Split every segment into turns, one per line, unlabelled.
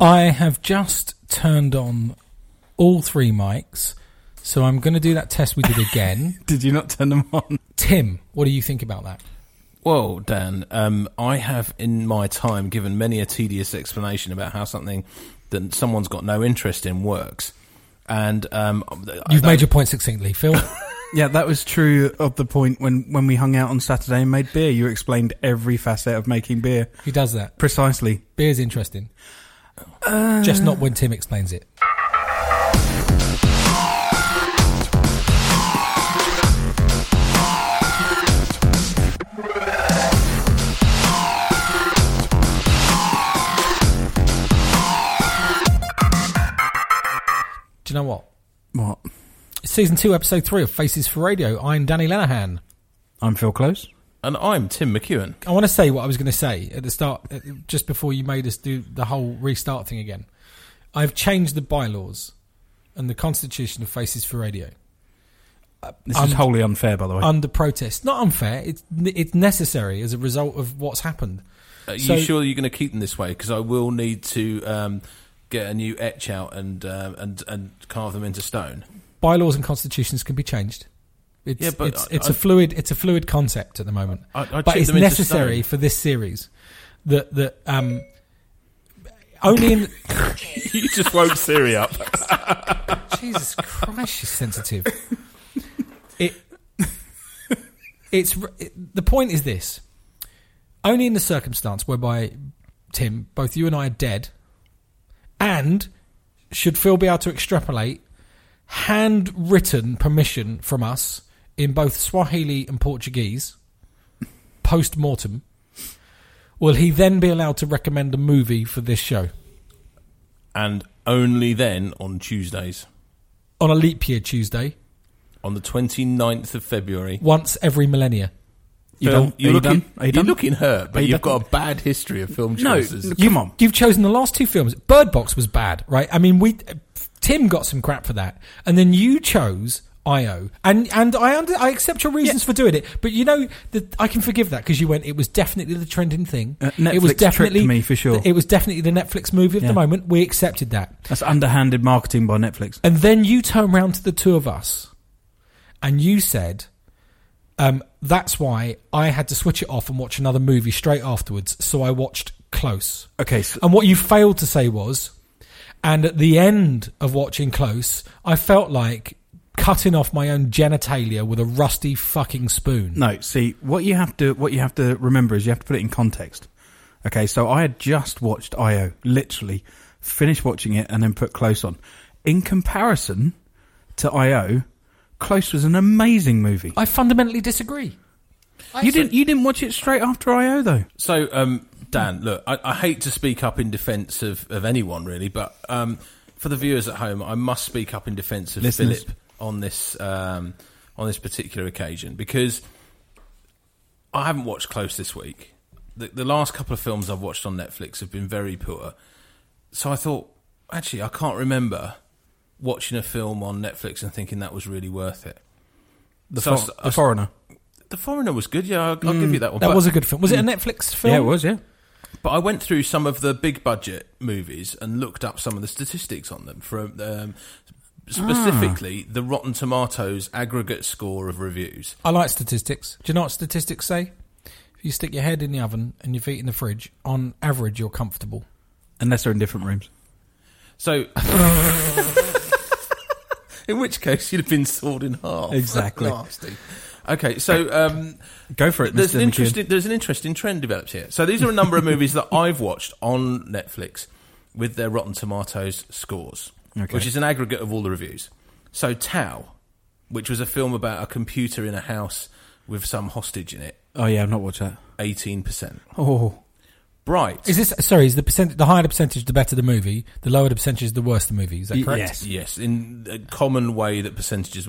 I have just turned on all three mics, so I'm going to do that test we did again.
Did you not turn them on?
Tim, what do you think about that?
Well, Dan, um, I have in my time given many a tedious explanation about how something that someone's got no interest in works. And um, I-
You've
that-
made your point succinctly, Phil.
Yeah, that was true of the point when, when we hung out on Saturday and made beer. You explained every facet of making beer.
Who does that?
Precisely.
Beer's interesting. Just not when Tim explains it. Do you know what?
What?
It's season two, episode three of Faces for Radio. I'm Danny Lenahan.
I'm Phil Close.
and I'm Tim McEwen.
I want to say what I was going to say at the start, uh, just before you made us do the whole restart thing again. I've changed the bylaws and the constitution of Faces for Radio
This
I'm-
is wholly unfair, by the way.
under protest. Not unfair. It's it's necessary as a result of what's happened.
Are
So-
you sure you're going to keep them this way? Because I will need to um, get a new etch out and um and and carve them into stone.
Bylaws and constitutions can be changed. It's,
Yeah, but
it's,
I-
it's a
I-
fluid it's a fluid concept at the moment.
I- I'd
but
chip
it's
them into
necessary
stone.
for this series that that um, only in
you just woke Siri up.
Jesus Christ, she's sensitive. It, it's r- it, the point is this: only in the circumstance whereby Tim, both you and I are dead, and should Phil be able to extrapolate handwritten permission from us in both Swahili and Portuguese post mortem? Will he then be allowed to recommend a movie for this show
And only then on Tuesdays,
on a leap year Tuesday,
on the 29th of February.
once every millennia?
You
Phil,
done? Are you
looking,
done? Are you done?
looking hurt, but
you
you have
done?
got a bad history of film
no,
choices.
come on.
You've chosen the last two films. Bird Box was bad, right? I mean, we Tim got some crap for that, and then you chose IO, and and I under, I accept your reasons for doing it, but you know that I can forgive that because you went. It was definitely the trending thing.
Uh,
it was
Netflix tricked
definitely
me, for sure.
It was definitely the Netflix movie of
Yeah.
the moment. We accepted that.
That's underhanded marketing by Netflix.
And then you turn round to the two of us and you said, um, that's why I had to switch it off and watch another movie straight afterwards. So I watched Close.
Okay, so-
And what you failed to say was, and at the end of watching Close, I felt like cutting off my own genitalia with a rusty fucking spoon.
No, see what you have to what you have to remember is you have to put it in context. Okay, so I had just watched IO, literally finished watching it and then put Close on. In comparison to IO, Close was an amazing movie.
I fundamentally disagree.
you didn't you didn't watch it straight after IO though.
So, um, Dan, look, I, I hate to speak up in defence of, of anyone really, but um, for the viewers at home, I must speak up in defence of
Listeners.
Philip on this um, on this particular occasion because I haven't watched Close this week. The, the last couple of films I've watched on Netflix have been very poor, so I thought actually I can't remember watching a film on Netflix and thinking that was really worth it.
The,
So I
For-
s- I
the
s-
Foreigner.
The Foreigner was good, yeah, I'll, I'll give you that one.
That
but-
was a good film. Was it a Netflix film?
Mm. Yeah, it was. Yeah.
But I went through some of the big budget movies and looked up some of the statistics on them. For um, specifically, the Rotten Tomatoes aggregate score of reviews.
I like statistics. Do you know what statistics say? If you stick your head in the oven and your feet in the fridge, on average, you're comfortable.
Unless they're in different rooms.
So, in which case you'd have been sawed in half.
Exactly.
Nasty. Okay, so um,
Go for it.
there's
Mr.
an
McKeon.
interesting there's an interesting trend developed here. So these are a number of movies that I've watched on Netflix with their Rotten Tomatoes scores,
Okay.
which is an aggregate of all the reviews. So Tau, which was a film about a computer in a house with some hostage in it,
Oh yeah, I've not watched that.
eighteen percent.
Oh,
Bright,
Is this sorry? Is the percent the higher the percentage, the better the movie? The lower the percentage, the worse the movie. Is that
Y-
correct?
yes.
yes, in a common way that percentages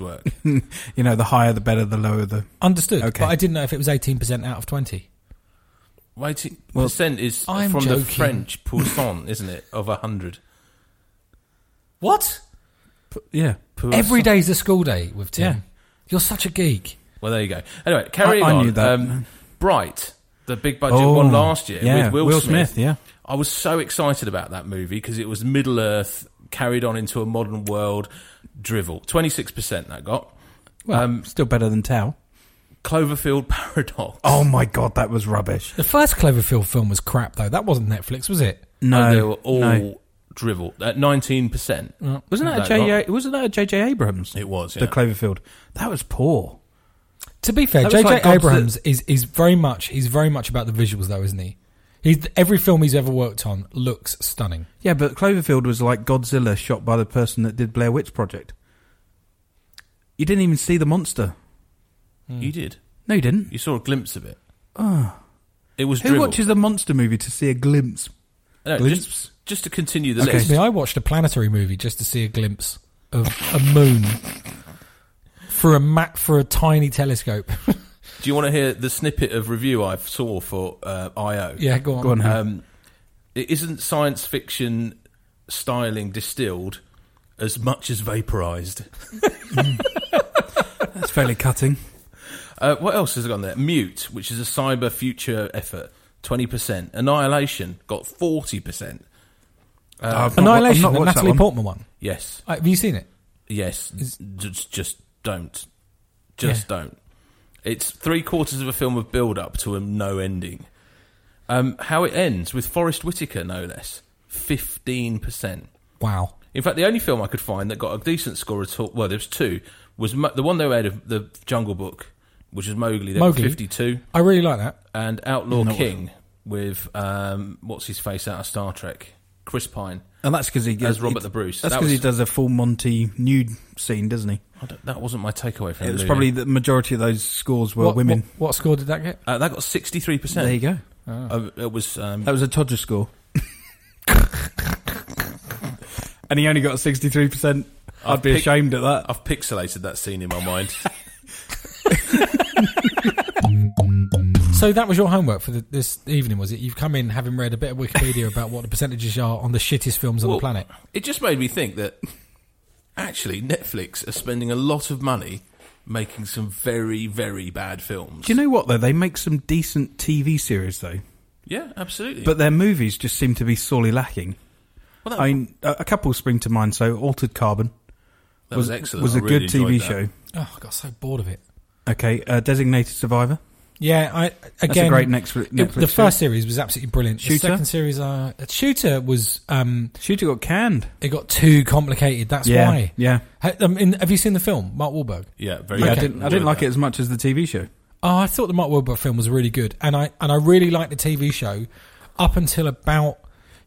work.
you know, the higher the better, the lower the.
Understood.
Okay.
But I didn't know if it was eighteen percent out of twenty.
Eighteen
Well,
percent is
I'm
from the
joking.
French pourcent, isn't it? Of hundred.
What?
Yeah.
Every day's a school day with Tim.
Yeah.
You're such a geek.
Well, there you go. Anyway, carrying
I
on.
knew that.
Um, Bright the big budget
Oh,
one last year
yeah,
with Will,
Will
Smith.
Smith, yeah.
I was so excited about that movie because it was Middle Earth carried on into a modern world drivel. Twenty six percent that got
Well,
Um,
still better than Tao.
Cloverfield Paradox.
Oh my god, that was rubbish.
The first Cloverfield film was crap, though. That wasn't Netflix, was it?
No,
they were all
no.
drivel at nineteen percent.
Wasn't that a
That
J.J. Wasn't that a J.J. Abrams?
It was yeah.
The Cloverfield. That was poor.
To be fair,
That was
J.J.
like God's-
Abrams is, is very much he's very much about the visuals, though, isn't he? He's, every film he's ever worked on looks stunning.
Yeah, but Cloverfield was like Godzilla shot by the person that did Blair Witch Project. You didn't even see the monster.
you did.
No, you didn't.
You saw a glimpse of it. It was
Ah. Who
drivel.
watches a monster movie to see a glimpse?
No,
glimpse?
just, just to continue the
Excuse
list.
me, I watched a planetary movie just to see a glimpse of a moon for a map for a tiny telescope.
Do you want to hear the snippet of review I saw for uh, IO?
yeah, go on.
Go on, Hal.
Um, it isn't science fiction styling distilled as much as vaporized.
That's fairly cutting.
Uh, what else has it gone there? Mute, which is a cyber future effort, 20%. Annihilation got 40%.
Uh, I've not wa- I've
Annihilation,
not
the
watched that
Natalie
one.
Portman one.
Yes,
Uh, Have you seen it?
yes. Just, just don't. Just don't. It's three quarters of a film of build up to a no ending. Um, how it ends with Forrest Whitaker, no less. 15%.
Wow.
In fact, the only film I could find that got a decent score at all, well, there was two, was Mo- the one they made of the Jungle Book, which is Mowgli, that got
Mowgli?
52,
I really like that.
and Outlaw King with, um, what's his face out of Star Trek, Chris Pine.
And that's because he
As Robert the Bruce.
That's
That
because he
was-
does a full Monty nude scene, doesn't he?
I don't- that wasn't my takeaway from
It was
Ludo.
probably the majority of those scores were
what,
women.
What, what score did that get?
Uh, that got 63%.
There you go.
Uh, it was, um,
That was a Todger score. and he only got sixty three percent. I'd be
picked-
ashamed at that.
I've pixelated that scene in my mind.
So that was your homework for the, this evening, was it? You've come in having read a bit of Wikipedia about what the percentages are on the shittest films on
Well,
the planet.
It just made me think that actually Netflix are spending a lot of money making some very, very bad films.
Do you know what though? They make some decent TV series though,
yeah, absolutely.
but their movies just seem to be sorely lacking.
well, that,
I mean, a, a couple spring to mind. So Altered Carbon
that was, excellent.
Was
I
a
really
good TV
enjoyed that.
show.
Oh, I got so bored of it.
Okay, uh, Designated Survivor.
Yeah, I
That's
again.
a great next Netflix.
it- the
series.
first series was absolutely brilliant. The
Shooter?
second series, uh, Shooter was um,
Shooter got canned.
it got too complicated. That's
yeah,
why.
yeah.
Ha- um, in- have you seen the film Mark Wahlberg?
Yeah, very
Yeah, I
good.
didn't. I didn't like it as much as the TV show.
Oh, I thought the Mark Wahlberg film was really good, and I and I really liked the TV show up until about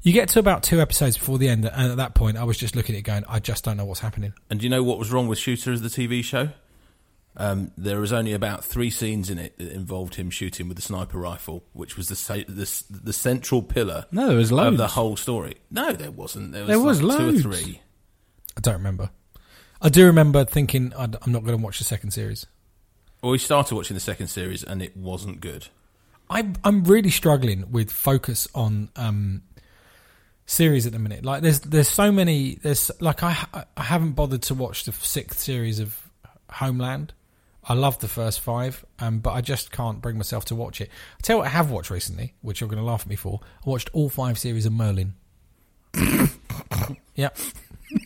you get to about two episodes before the end, and at that point, I was just looking at it going, I just don't know what's happening.
And you know what was wrong with Shooter as the TV show? Um, there was only about three scenes in it that involved him shooting with a sniper rifle, which was the sa- the, s- the central pillar.
No, there was
of
loads.
the whole story. No, there wasn't. There was,
There was
like two or
loads.
three.
I don't remember. I do remember thinking I d- I'm not going to watch the second series.
Well, we started watching the second series, and it wasn't good.
I, I'm really struggling with focus on um, series at the minute. Like there's there's so many there's like I ha- I haven't bothered to watch the sixth series of Homeland. I love the first five, um, but I just can't bring myself to watch it. I tell you what I have watched recently, which you're going to laugh at me for. I watched all five series of Merlin. yep,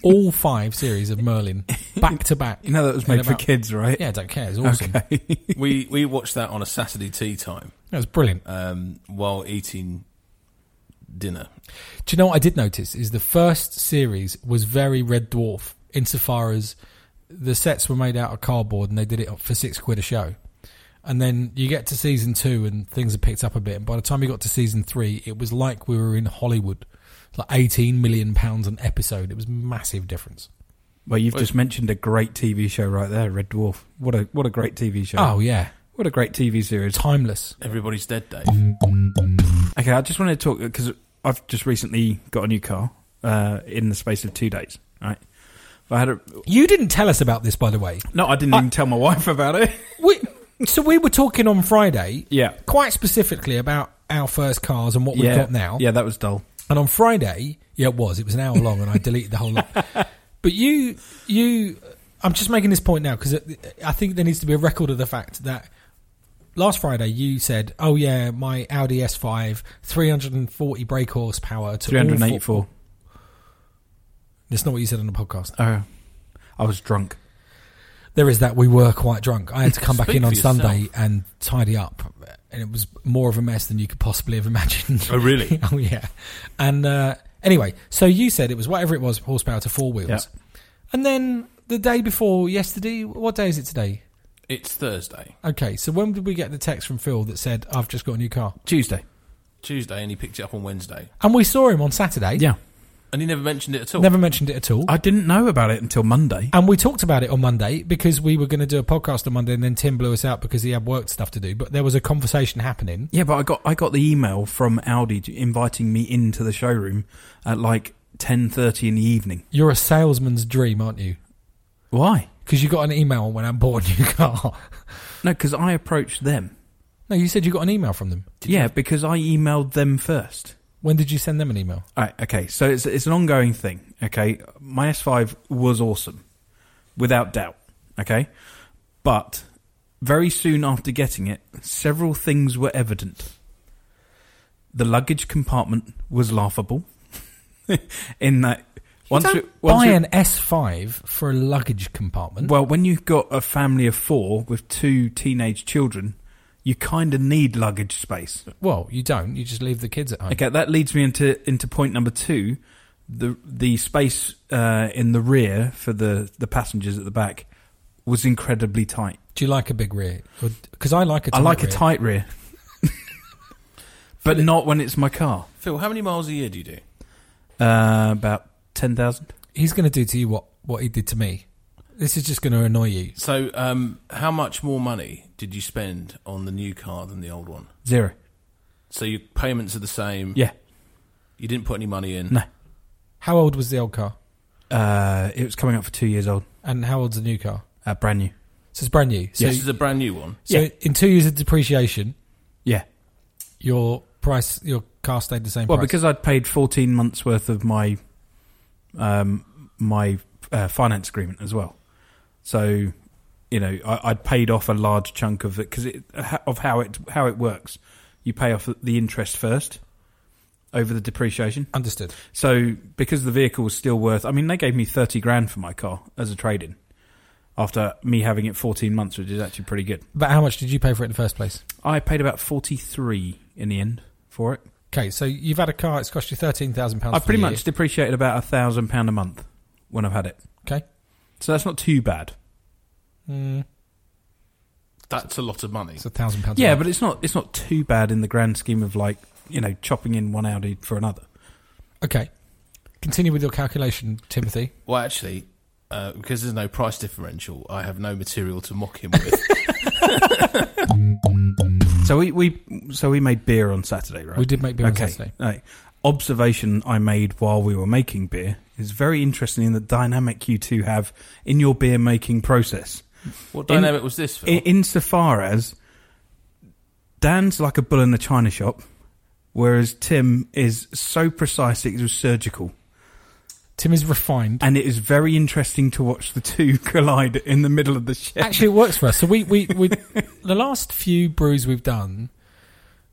all five series of Merlin back to back.
You know that was
in
made for
about-
kids, right?
Yeah, I don't care. It's awesome.
we we watched that on a Saturday tea time
It was brilliant.
um, while eating dinner.
Do you know what I did notice is the first series was very Red Dwarf insofar as the sets were made out of cardboard and they did it for six quid a show. And then you get to season two and things have picked up a bit. And by the time we got to season three, it was like we were in Hollywood. It's Like eighteen million pounds an episode. It was massive difference.
Well, you've just mentioned a great TV show right there, Red Dwarf. What a what a great TV show.
Oh yeah,
what a great TV series.
timeless.
Everybody's dead, Dave.
Mm. Okay, I just wanted to talk because I've just recently got a new car uh, in the space of two days. Right, I had a
You didn't tell us about this, by the way.
no. I didn't even tell my wife about it.
We, so we were talking on Friday,
Yeah.
quite specifically about our first cars and what we've got now.
Yeah, that was dull.
And on Friday, yeah, it was. It was an hour long, and I deleted the whole lot. But you, you, I'm just making this point now because I think there needs to be a record of the fact that, last Friday you said, "Oh yeah, my Audi S5, 340 brake horsepower to all four-
384.
That's not what you said on the podcast.
Oh. I was drunk.
There is that we were quite drunk. I had to come back
Speak
in on
for yourself.
Sunday and tidy up, and it was more of a mess than you could possibly have imagined.
Oh, really?
oh yeah. And uh, anyway, so you said it was whatever it was horsepower to four wheels, and then the day before yesterday, what day is it today?
It's Thursday,
Okay, so when did we get the text from Phil that said I've just got a new car?
Tuesday.
Tuesday, and he picked it up on Wednesday,
And we saw him on Saturday.
Yeah.
and he never mentioned it at all.
Never mentioned it at all.
I didn't know about it until Monday.
and we talked about it on Monday because we were going to do a podcast on Monday, and then Tim blew us out because he had work stuff to do. But there was a conversation happening.
Yeah, but I got I got the email from Audi to- inviting me into the showroom at like 10:30 in the evening.
You're a salesman's dream, aren't you?
Why?
Because you got an email when I bought a new car.
No, cuz I approached them.
no, you said you got an email from them.
yeah, because I emailed them first.
When did you send them an email?
All right, okay. So it's it's an ongoing thing, okay? My S5 was awesome without doubt, okay? But very soon after getting it, several things were evident. The luggage compartment was laughable in that once
you don't
you- once
buy
you-
an S5 for a luggage compartment.
Well, when you've got a family of four with two teenage children, you kind of need luggage space.
Well, you don't. You just leave the kids at home.
Okay, that leads me into into point number two, the the space uh, in the rear for the the passengers at the back was incredibly tight.
Do you like a big rear? Because I like a tight
I like
rear.
a tight rear, but not when it's my car.
Phil, how many miles a year do you do?
Uh, about ten thousand.
He's going to do to you what, what he did to me. This is just going to annoy you.
So, um, how much more money did you spend on the new car than the old one?
Zero.
So your payments are the same.
Yeah.
You didn't put any money in.
No.
How old was the old car?
Uh, it was coming up for two years old,
And how old's the new car?
uh, brand new.
So it's brand new. So,
So This is a brand new one.
so
Yeah.
in two years of depreciation,
Yeah.
your price, your car stayed the same.
Well,
price.
because I'd paid 14 months worth of my um, my uh, finance agreement as well. So, you know, I, I'd paid off a large chunk of it because it, of how it how it works. You pay off the interest first over the depreciation.
understood.
So, because the vehicle was still worth, I mean, they gave me 30 grand for my car as a trade in after me having it 14 months, which is actually pretty good.
But how much did you pay for it in the first place?
I paid about 43 in the end for it.
Okay, so you've had a car. It's cost you thirteen thousand pounds.
I've pretty much depreciated about a thousand pound a month when I've had it.
okay.
So that's not too bad.
Mm,
That's a lot of money.
it's a thousand pounds.
Yeah, but it's not it's not too bad in the grand scheme of like, you know, chopping in one Audi for another.
okay. Continue with your calculation, Timothy.
Well, actually, uh, because there's no price differential, I have no material to mock him with.
So we, we so we made beer on Saturday, right?
We did make beer on
okay.
Saturday.
Right. Observation I made while we were making beer is very interesting in the dynamic you two have in your beer making process.
what
In-
dynamic was this, Phil?
in, insofar as Dan's like a bull in a china shop, whereas Tim is so precise it was surgical.
Tim is refined.
And it is very interesting to watch the two collide in the middle of the ship.
Actually, it works for us. So we we, we the last few brews we've done.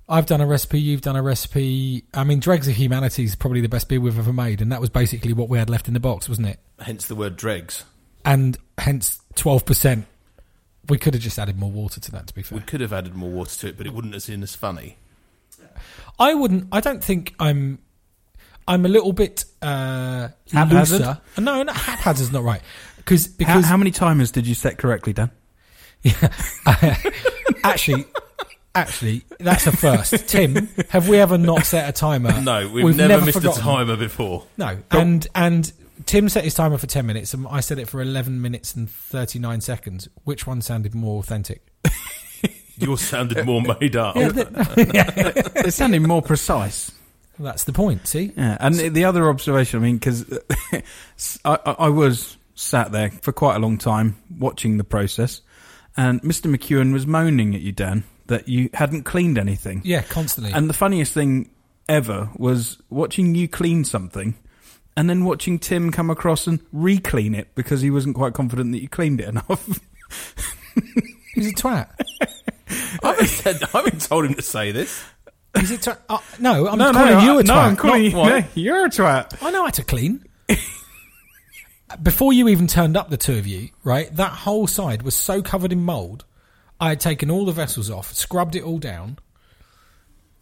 I've done a recipe, you've done a recipe. I mean, Dregs of Humanity is probably the best beer we've ever made, and that was basically what we had left in the box, wasn't it?
Hence the word dregs.
and hence 12%. We could have just added more water to that, to be
We
fair.
could have added more water to it, but it wouldn't have seemed as funny.
I wouldn't, I don't think I'm, I'm a little bit, uh,
Haphazard?
looser. No, no, haphazard's not right. Cause,
how,
because,
how many timers did you set correctly, Dan?
actually, actually, that's a first. Tim, have we ever not set a timer?
No, we've, never, missed
Uh, forgotten.
a timer before.
No, and, and Tim set his timer for 10 minutes and I set it for 11 minutes and 39 seconds. Which one sounded more authentic?
Yours sounded more made up.
It sounded more precise.
That's the point, see?
Yeah, and the other observation, I mean, because I, I I was sat there for quite a long time watching the process, and Mr. McEwen was moaning at you, Dan, that you hadn't cleaned anything.
Yeah, constantly.
And the funniest thing ever was watching you clean something and then watching Tim come across and re-clean it because he wasn't quite confident that you cleaned it enough.
He's a twat.
I haven't, said, I haven't told him to say this.
Is it? Tra- uh, no, I'm calling you a twat.
No, I'm calling
not-
you.
what?
no, you're a twat.
I know how to clean. Before you even turned up, the two of you, right? That whole side was so covered in mold. I had taken all the vessels off, scrubbed it all down.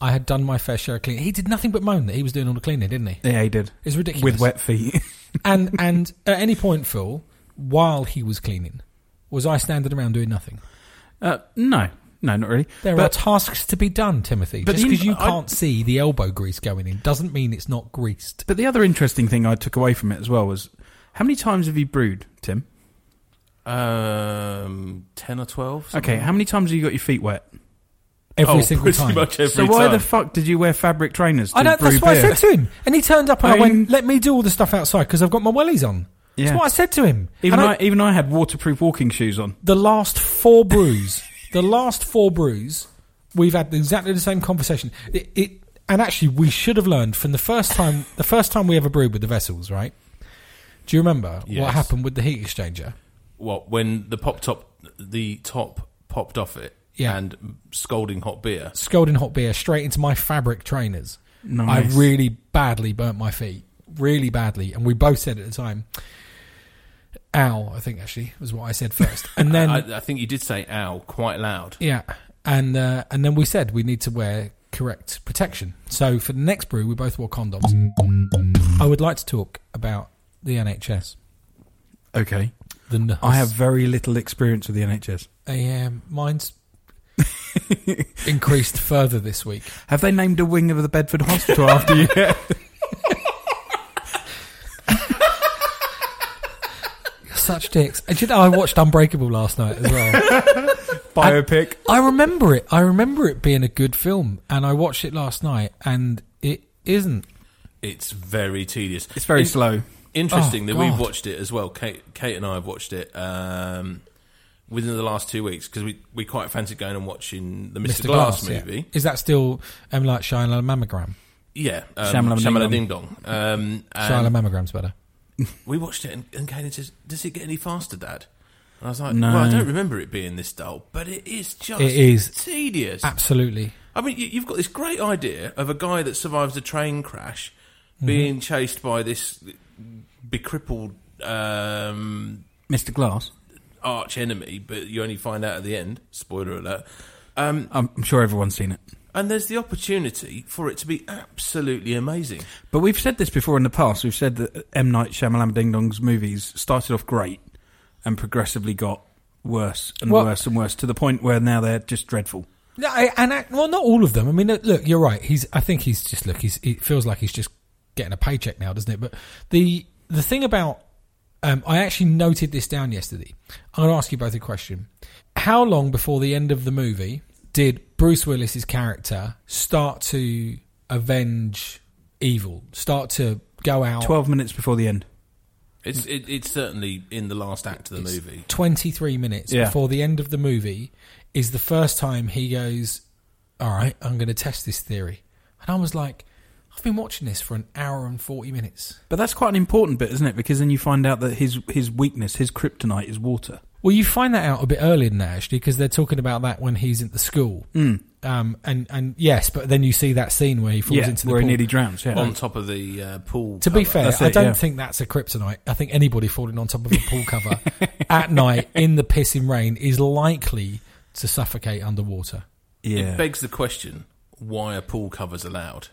I had done my fair share of cleaning. He did nothing but moan that he was doing all the cleaning, didn't he?
Yeah, he did.
It's ridiculous.
With wet feet.
and and at any point, Phil, while he was cleaning, was I standing around doing nothing?
Uh, no, no, not really.
There
but
are tasks to be done, Timothy.
But
Just
the-
because you
I-
can't see the elbow grease going in doesn't mean it's not greased.
but the other interesting thing I took away from it as well was how many times have you brewed, Tim?
Um, ten or twelve. something.
Okay, how many times have you got your feet wet?
Every
oh,
single
pretty
time.
much every
so why
time.
the fuck did you wear fabric trainers? To
I don't,
brew
that's
beer?
what I said to him. And he turned up and I,
I mean-
went, let me do all the stuff outside because I've got my wellies on.
Yeah.
That's what I said to him.
Even
And
I,
I-
even I had waterproof walking shoes on.
the last four brews, the last four brews, we've had exactly the same conversation. It, it, and actually, we should have learned from the first time, the first time we ever brewed with the vessels, right? Do you remember
Yes.
what happened with the heat exchanger?
what when the pop top the top popped off it
Yeah.
and scalding hot beer
Scalding hot beer straight into my fabric trainers.
Nice.
I really badly burnt my feet, really badly, and we both said at the time, "Ow!" I think actually was what I said first, and then
I, I think you did say ow quite loud
yeah, and uh, and then we said we need to wear correct protection. So for the next brew, we both wore condoms. I would like to talk about the NHS.
Okay.
The nurse.
I have very little experience with the NHS.
Uh, yeah, mine's increased further this week.
Have they named a wing of the Bedford Hospital after you?
Such dicks. And you know, I watched Unbreakable last night as well.
Biopic.
I remember it. I remember it being a good film, and I watched it last night, and it isn't.
it's very tedious
It's very
In-
slow.
interesting
Oh,
that
God.
we've watched it as well kate kate and i have watched it um within the last two weeks because we we quite fancied going and watching the mr, glass,
yeah.
movie
Is that still M. Light Shyamalan mammogram?
yeah, um,
Shyamalan Ding
Shyamalan
Dong.
ding dong um
Shyamalan
and
mammogram's better.
we watched it and, and kate says does it get any faster dad and I was like,
No.
well, I don't remember it being this dull, but it is just
It is. Ah.
tedious.
Absolutely.
I mean, you, you've got this great idea of a guy that survives a train crash
Mm-hmm.
being chased by this becrippled um,
Mr. Glass.
arch enemy, but you only find out at the end. Spoiler alert. Um,
I'm I'm sure everyone's seen it.
and there's the opportunity for it to be absolutely amazing.
But we've said this before in the past. We've said that M. Night Shyamalan Ding Dong's movies started off great and progressively got worse and
Well-
worse and worse to the point where now they're just dreadful.
No, I- and I, well, not all of them. I mean, look- look, you're right. He's. I think he's just look. He's. It feels like he's just getting a paycheck now, doesn't it? But the the thing about, um, I actually noted this down yesterday. I'm going to ask you both a question. How long before the end of the movie did Bruce Willis's character start to avenge evil? Start to go out.
12 minutes before the end.
It's it, it's certainly in the last act of the movie.
23 minutes
Yeah.
before the end of the movie is the first time he goes, All right, I'm going to test this theory. And I was like, I've been watching this for an hour and 40 minutes.
But that's quite an important bit, isn't it? Because then you find out that his, his weakness, his kryptonite, is water.
Well, you find that out a bit earlier than that, actually, because they're talking about that when he's at the school.
Hmm.
Um, and, and yes, but then you see that scene where he falls
yeah,
into the
where he
pool.
nearly drowns. Yeah.
On top of the uh, pool.
To be
cover.
fair,
That's
I
it,
don't
yeah.
think that's a kryptonite. I think anybody falling on top of a pool cover at night in the pissing rain is likely to suffocate underwater.
yeah.
it begs the question: Why are pool covers allowed?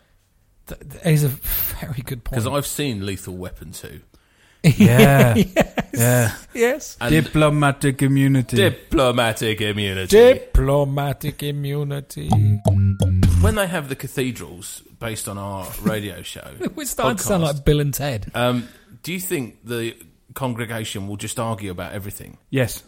Th- That is a very good point.
Because I've seen Lethal Weapon two.
Yeah. yeah.
Yes.
And
Diplomatic immunity.
Diplomatic immunity.
Diplomatic immunity.
when they have the cathedrals based on our radio show,
We're starting to sound
podcast,
like Bill and Ted.
Um, do you think the congregation will just argue about everything?
yes.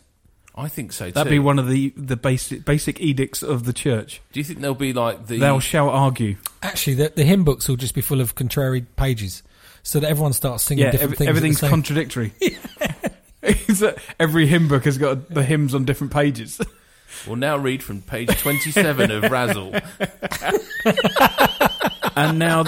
I think so
That'd
too.
be one of the, the basic, basic edicts of the church.
do you think there'll be like the?
Thou shalt argue.
Actually, the, the hymn books will just be full of contrary pages, so that everyone starts singing
Yeah,
different
ev-
things. at the
everything's
same-
contradictory. It's that every hymn book has got the hymns on different pages.
we'll now read from page twenty-seven of Razzle.
And now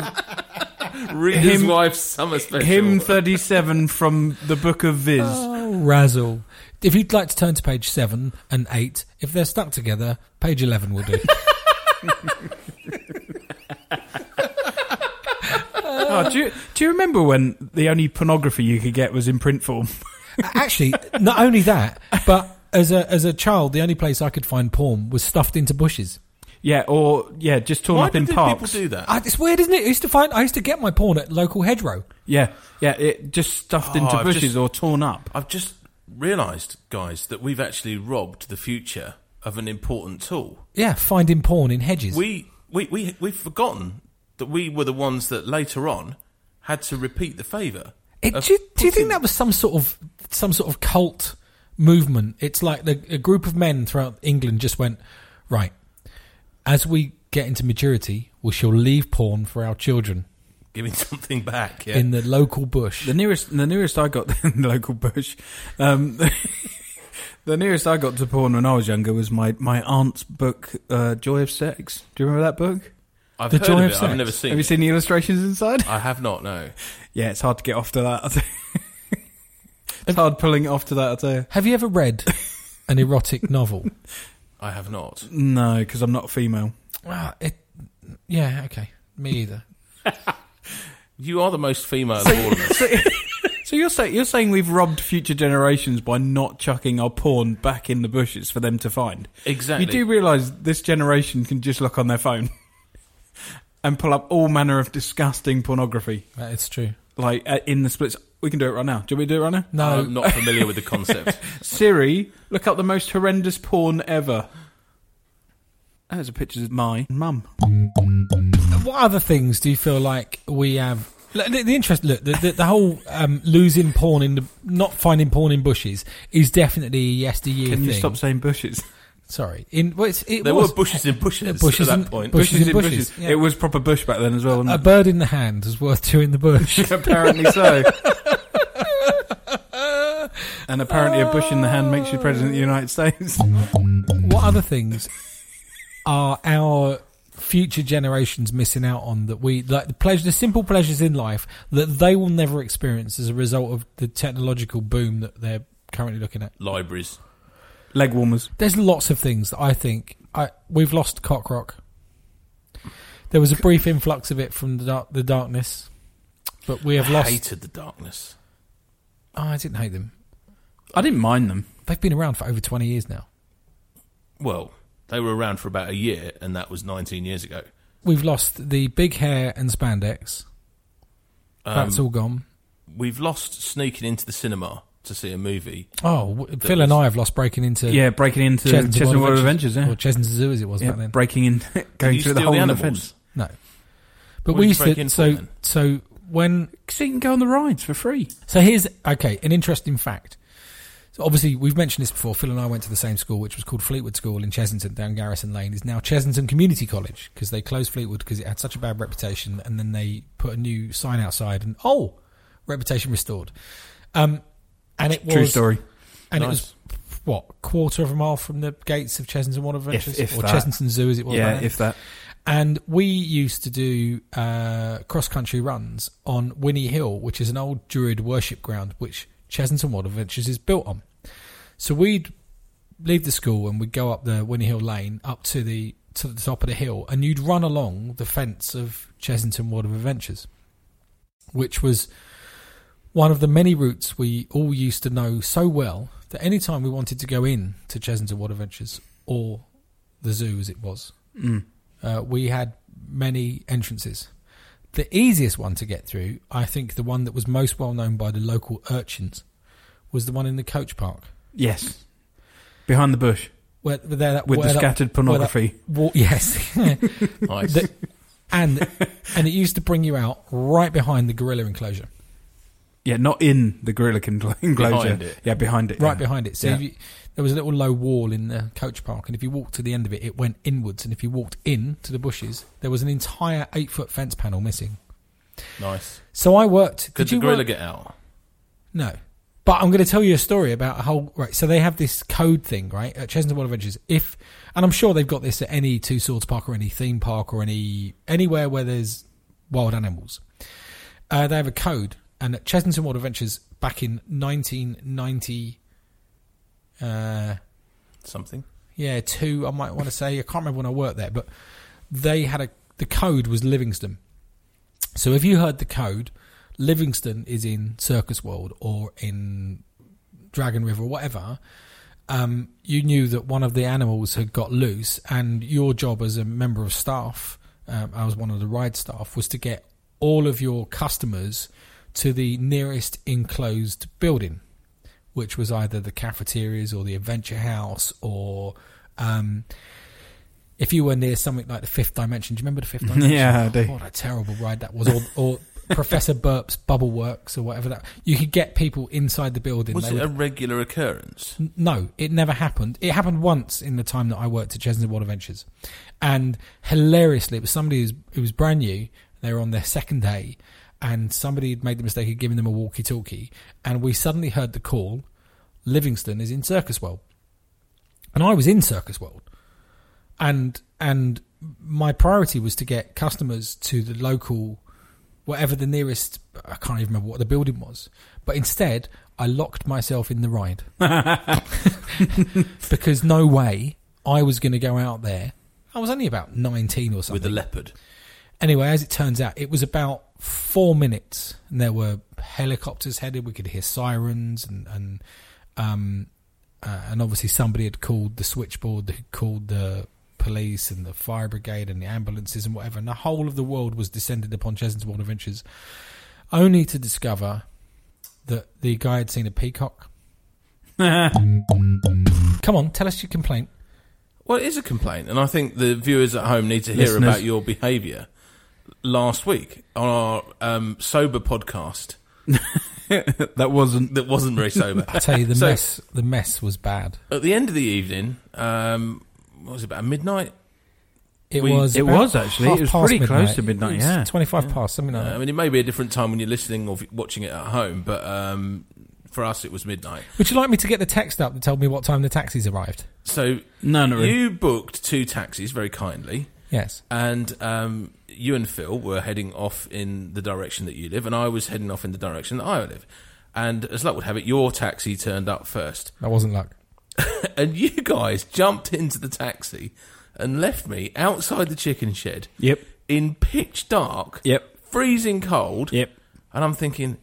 Reader's
Hymn-
wife summer special.
hymn 37 from the book of Viz.
Razzle Oh, razzle. If you'd like to turn to page seven and eight, if they're stuck together, page eleven will do.
oh, do, you, do you remember when the only pornography you could get was in print form?
Actually, not only that, but as a as a child, the only place I could find porn was stuffed into bushes.
yeah, or yeah, just torn
Why
up in
did people
parks.
do that?
I, it's weird, isn't it? I used to find I used to get my porn at local hedgerow.
Yeah, yeah, it just stuffed
Oh,
into
I've
bushes
just-
or torn up.
I've just realised, guys, that we've actually robbed the future of an important tool.
Yeah, finding porn in hedges.
We, we, we, we've forgotten that we were the ones that later on had to repeat the favour.
It-
of
do, you, do you
putting-
think that was some sort of some sort of cult movement? It's like the, a group of men throughout England just went right. As we get into maturity, we shall leave porn for our children
Giving something back, yeah.
in the local bush.
The nearest, the nearest I got in the local bush, um, the nearest I got to porn when I was younger was my, my aunt's book, uh, Joy of Sex. Do you remember that book?
I've
the
heard
joy
of
of
it,
sex.
I've never seen
Have you
it.
seen the illustrations inside?
I have not, no.
Yeah, it's hard to get off to that. it's hard pulling it off to that. I tell you,
Have you ever read an erotic novel?
I have not.
no, because I'm not female.
Ah, it, yeah, okay, me either.
You are the most female of all of us.
So, so you're saying you're saying we've robbed future generations by not chucking our porn back in the bushes for them to find.
Exactly.
You do realise this generation can just look on their phone and pull up all manner of disgusting pornography,
That is true.
like uh, in the splits. We can do it right now. Do you want me to do it right now?
No,
I'm not familiar with the concept.
Siri, look up the most horrendous porn ever. There's a picture of my mum.
what other things do you feel like we have? Look, The, the interest, look, the, the, the whole um, losing porn in the not finding porn in bushes is definitely a yesteryear
Can
thing.
you stop saying bushes?
Sorry, in well, it's, it
There
was
were bushes in bushes,
Yeah, bushes
at
and
that point.
bush- Bushes in
in
bushes, yeah.
It was proper bush back then as well.
a
wasn't
bird in the hand is worth two in the bush.
it? apparently so. and apparently, a bush in the hand makes you president of the United States.
what other things are our future generations missing out on that we like the pleasure, the simple pleasures in life that they will never experience as a result of the technological boom that they're currently looking at?
Libraries.
Leg warmers.
There's lots of things that I think I we've lost cock rock. There was a brief influx of it from the dark, the darkness, but we have lost.
Hated the darkness.
Oh, I didn't hate them.
I didn't mind them.
They've been around for over twenty years now.
Well, they were around for about a year, and that was 19 years ago.
We've lost the big hair and spandex. That's all gone.
We've lost sneaking into the cinema to see a movie.
Oh, w- Phil and I have lost breaking into
Yeah, breaking into
Chesnut's
Chesnut World Adventures.
or
Yeah,
Chesnut's Zoo as it was
yeah
back then.
breaking in, going
you
through the
steal
hole
the
in the
animals?
fence.
no, but
What
we
did you
used
break
to.
in for
So
then?
so when
So you can go on the rides for free.
So here's okay, an interesting fact. So obviously we've mentioned this before. Phil and I went to the same school, which was called Fleetwood School in Chesington down Garrison Lane. Is now Chesington Community College because they closed Fleetwood because it had such a bad reputation, and then they put a new sign outside, and oh, reputation restored. Um, and it was
True story.
and it
Nice.
was what quarter of a mile from the gates of Chesington Water Adventures
if
or
that.
Chesington Zoo, as it was. back
Yeah,
then.
if that.
And we used to do uh, cross country runs on Winnie Hill, which is an old Druid worship ground which Chesington Water Adventures is built on. So we'd leave the school and we'd go up the Winnie Hill Lane up to the to the top of the hill, and you'd run along the fence of Chesington Water Adventures, which was one of the many routes we all used to know so well that any time we wanted to go in to Chesington Water Adventures or the zoo as it was,
Mm.
uh, we had many entrances. The easiest one to get through, I think the one that was most well known by the local urchins, was the one in the coach park.
Yes, behind the bush
Where, there that,
with
where
the
that-
scattered
where that
pornography.
wa- yes. and,
Nice.
The- and it used to bring you out right behind the gorilla enclosure,
Yeah, not in the gorilla con- enclosure.
Behind it.
Yeah, behind it.
right
yeah.
behind it. So
Yeah.
if you, there was a little low wall in the coach park, and if you walked to the end of it, it went inwards. And if you walked in to the bushes, there was an entire eight foot fence panel missing.
nice.
So I worked. did
Could the
you
gorilla
work-
get out?
No. But I'm going to tell you a story about a whole right. So they have this code thing, right, at Chesnut World Adventures. If and I'm sure they've got this at any Two Swords Park or any theme park or any anywhere where there's wild animals. Uh, they have a code, and at Chesnington World Adventures back in 1990. Uh,
Something.
yeah, two. I might want to say I can't remember when I worked there, but they had a the code was Livingston. So if you heard the code, Livingston is in Circus World or in Dragon River or whatever. Um, you knew that one of the animals had got loose, and your job as a member of staff, um, I was one of the ride staff, was to get all of your customers to the nearest enclosed building which was either the cafeterias or the adventure house or um, if you were near something like the fifth dimension do you remember the fifth dimension
Yeah, I do.
what a terrible ride that was or, or professor burp's bubble works or whatever that you could get people inside the building
Was
They
it
would-
a regular occurrence?
N- No, it never happened. It happened once in the time that I worked at Chesney World Adventures, and hilariously, it was somebody who's, who was brand new. They were on their second day, and somebody had made the mistake of giving them a walkie-talkie, and we suddenly heard the call: "Livingston is in Circus World," and I was in Circus World, and and my priority was to get customers to the local whatever the nearest I can't even remember what the building was. But instead, I locked myself in the ride because no way I was going to go out there. I was only about 19 or something.
With the leopard.
anyway, as it turns out, it was about four minutes and there were helicopters headed. We could hear sirens and, and, um, uh, and obviously somebody had called the switchboard, who called the police and the fire brigade and the ambulances and whatever. And the whole of the world was descended upon Chesney's World Adventures only to discover that the guy had seen a peacock. Come on, tell us your complaint.
Well, it is a complaint, and I think the viewers at home need to hear
Listeners.
about your behaviour last week on our um, sober podcast
that wasn't.
that wasn't very sober.
I tell you, the
So-
mess the mess was bad.
at the end of the evening, um, what was it, about midnight?
It
We-
was.
it
about
was actually.
half
It was
past
pretty close to midnight,
It was
yeah.
twenty-five past something like
I
that.
mean, it may be a different time when you're listening or v- watching it at home, but um, for us, it was midnight.
Would you like me to get the text up that told me what time the taxis arrived?
So
No, not really.
you booked two taxis very kindly.
Yes.
and um, you and Phil were heading off in the direction that you live, and I was heading off in the direction that I live. And as luck would have it, your taxi turned up first,
That wasn't luck.
and you guys jumped into the taxi and left me outside the chicken shed.
Yep.
In pitch dark.
Yep.
Freezing cold.
Yep.
And I'm thinking,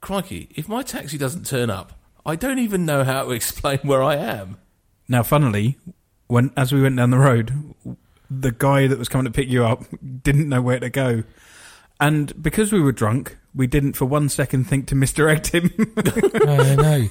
crikey, if my taxi doesn't turn up, I don't even know how to explain where I am.
Now, funnily, when as we went down the road, the guy that was coming to pick you up didn't know where to go, and because we were drunk, we didn't for one second think to misdirect him.
No, no, no.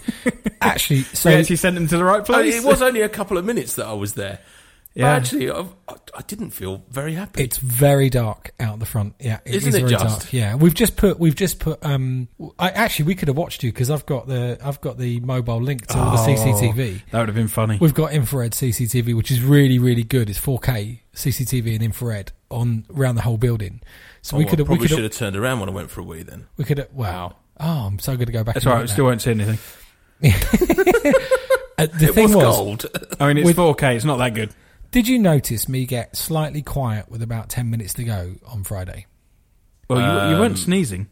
actually, so
we actually sent him to the right
And
place.
It was only a couple of minutes that I was there.
Yeah.
But actually, I, I- I didn't feel very happy.
It's very dark out the front. Yeah, it
Isn't
is
it
very
just?
dark. Yeah, we've just put we've just put. Um, I actually we could have watched you because I've got the I've got the mobile link to all the
Oh,
CCTV.
That would have been funny.
We've got infrared CCTV, which is really really good. It's 4K CCTV and infrared on around the whole building. So we
Oh,
could
I
have we
probably
could
should
have
have turned around when I went for a wee then.
we could have wow. Oh, I'm so good to go back.
That's
and
all
look
right. We
at
still won't see anything.
that. Uh, the
It
thing
was
was,
gold.
I mean, it's
With-
4K. It's not that good.
did you notice me get slightly quiet with about ten minutes to go on Friday?
Well, you, you
Um,
weren't sneezing.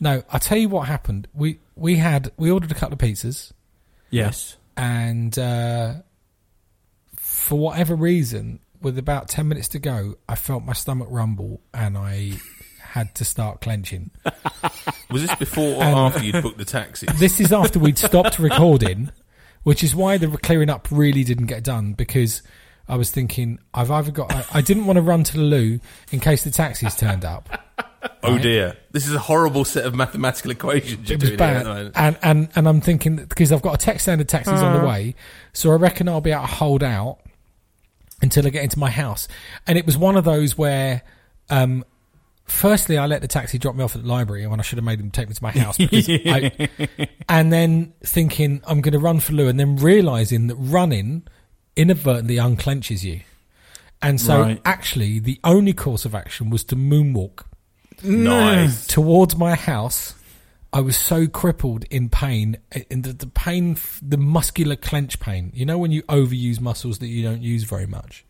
No, I will tell you what happened. We we had we ordered a couple of pizzas.
Yes.
and uh, for whatever reason, with about ten minutes to go, I felt my stomach rumble and I had to start clenching.
Was this before or
Um,
after you'd booked the taxi?
This is after we'd stopped recording, which is why the clearing up really didn't get done because I was thinking I've either got I, I didn't want to run to the loo in case the taxis turned up.
Oh dear. This is a horrible set of mathematical equations you're
it was
doing here at
bad.
the moment.
And, and and I'm thinking that because I've got a text saying the taxi's on the way, so I reckon I'll be able to hold out until I get into my house. And it was one of those where, um, firstly, I let the taxi drop me off at the library when I should have made him take me to my house. Because I, and then thinking I'm going to run for Lou, and then realizing that running inadvertently unclenches you. And so,
Right.
actually, the only course of action was to moonwalk Mm.
Nice.
towards my house. I was so crippled in pain, in the, the pain, f- the muscular clench pain. You know when you overuse muscles that you don't use very much.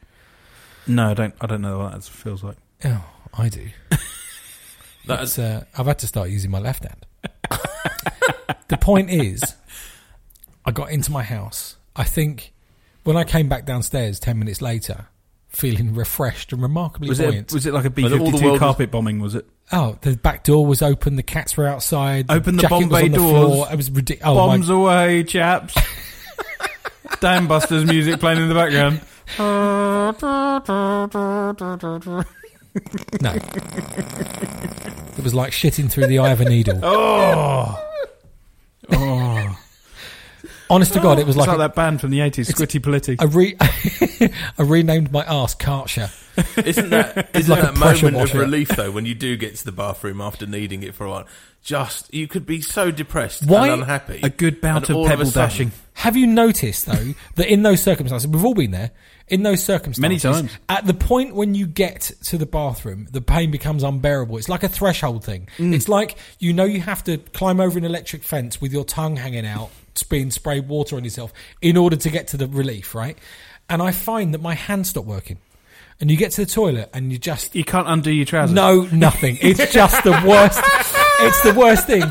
No, I don't. I don't know what that feels like.
Oh, I do.
That's
It's, uh, I've had to start using my left hand. the point is, I got into my house. I think when I came back downstairs ten minutes later, feeling refreshed and remarkably
Was
buoyant.
it, was it like a B
all the
52
world was-
carpet bombing, was it?
oh, the back door was open. The cats were outside.
Open the
jacket was
Bombay
on the
doors.
Floor. It was ridiculous. Oh, my
Bombs away, chaps. Dan Buster's music playing in the background.
No. it was like shitting through the eye of a needle. Oh. Honest to God, it was
It's like,
like, a-
that band from the 80s, Squitty Politti.
I, re- I renamed my ass Karcher.
Isn't that isn't
like a
that
pressure
moment of
washer.
relief though when you do get to the bathroom after needing it for a while? Just you could be so depressed
Why-
and unhappy.
A good bout
and all
of
a
pebble
sudden-
dashing.
Have you noticed, though, that in those circumstances, we've all been there, in those circumstances,
Many times.
at the point when you get to the bathroom, the pain becomes unbearable. It's like a threshold thing.
Mm.
It's like you know you have to climb over an electric fence with your tongue hanging out, being sprayed water on yourself in order to get to the relief, right? And I find that my hands stop working. And you get to the toilet and you just
You can't undo your trousers.
no, nothing. It's just the worst. It's the worst thing.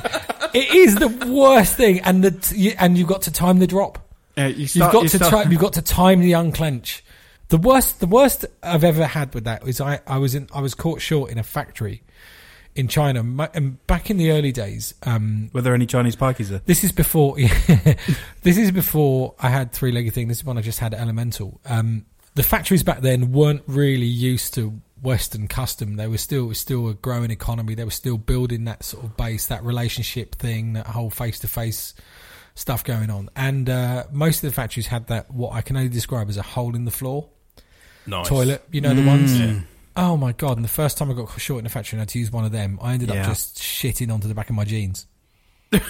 It is the worst thing, and the t- you- and you've got to time the drop.
Yeah, you
you've
start-
got
you
to
start-
time. You've got to time the unclench. The worst. The worst I've ever had with that is I, I was in I was caught short in a factory in China, Mu- and back in the early days, um,
Were there any Chinese parkies there?
this is before. this is before I had three legged thing. This is when I just had elemental. Um, the factories back then weren't really used to Western custom. They were still it was still a growing economy. They were still building that sort of base, that relationship thing, that whole face to face stuff going on. And uh, most of the factories had that what I can only describe as a hole in the floor
Nice.
toilet. You know the ones. Oh my god! And the first time I got short in a factory and I had to use one of them, I ended
Yeah.
up just shitting onto the back of my jeans. I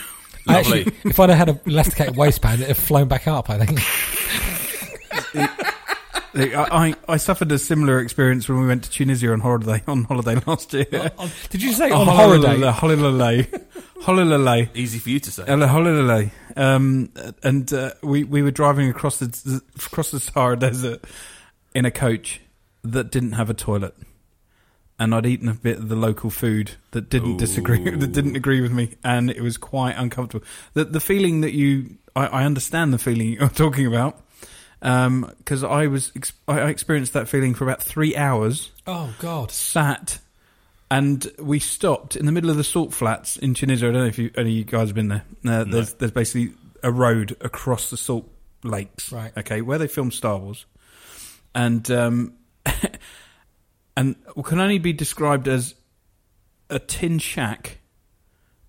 Lovely.
Actually, if I'd have had a elasticated waistband, it'd have flown back up. I think.
Look, I, I, I suffered a similar experience when we went to Tunisia on holiday on holiday last year.
Did you say
On
on holiday?
holiday, holiday,
Easy for you to say.
holiday, holiday. Um, and uh, we we were driving across the across the Sahara Desert in a coach that didn't have a toilet, and I'd eaten a bit of the local food that didn't disagree
Ooh.
that didn't agree with me, and it was quite uncomfortable. The the feeling that you, I, I understand the feeling you're talking about. Because I was, ex- I I experienced that feeling for about three hours
Oh god!
sat and we stopped in the middle of the salt flats in Tunisia. I don't know if you, any of you guys have been there. Uh, there's, there's basically a road across the salt lakes,
Right.
Okay, where they filmed Star Wars, and um, and can only be described as a tin shack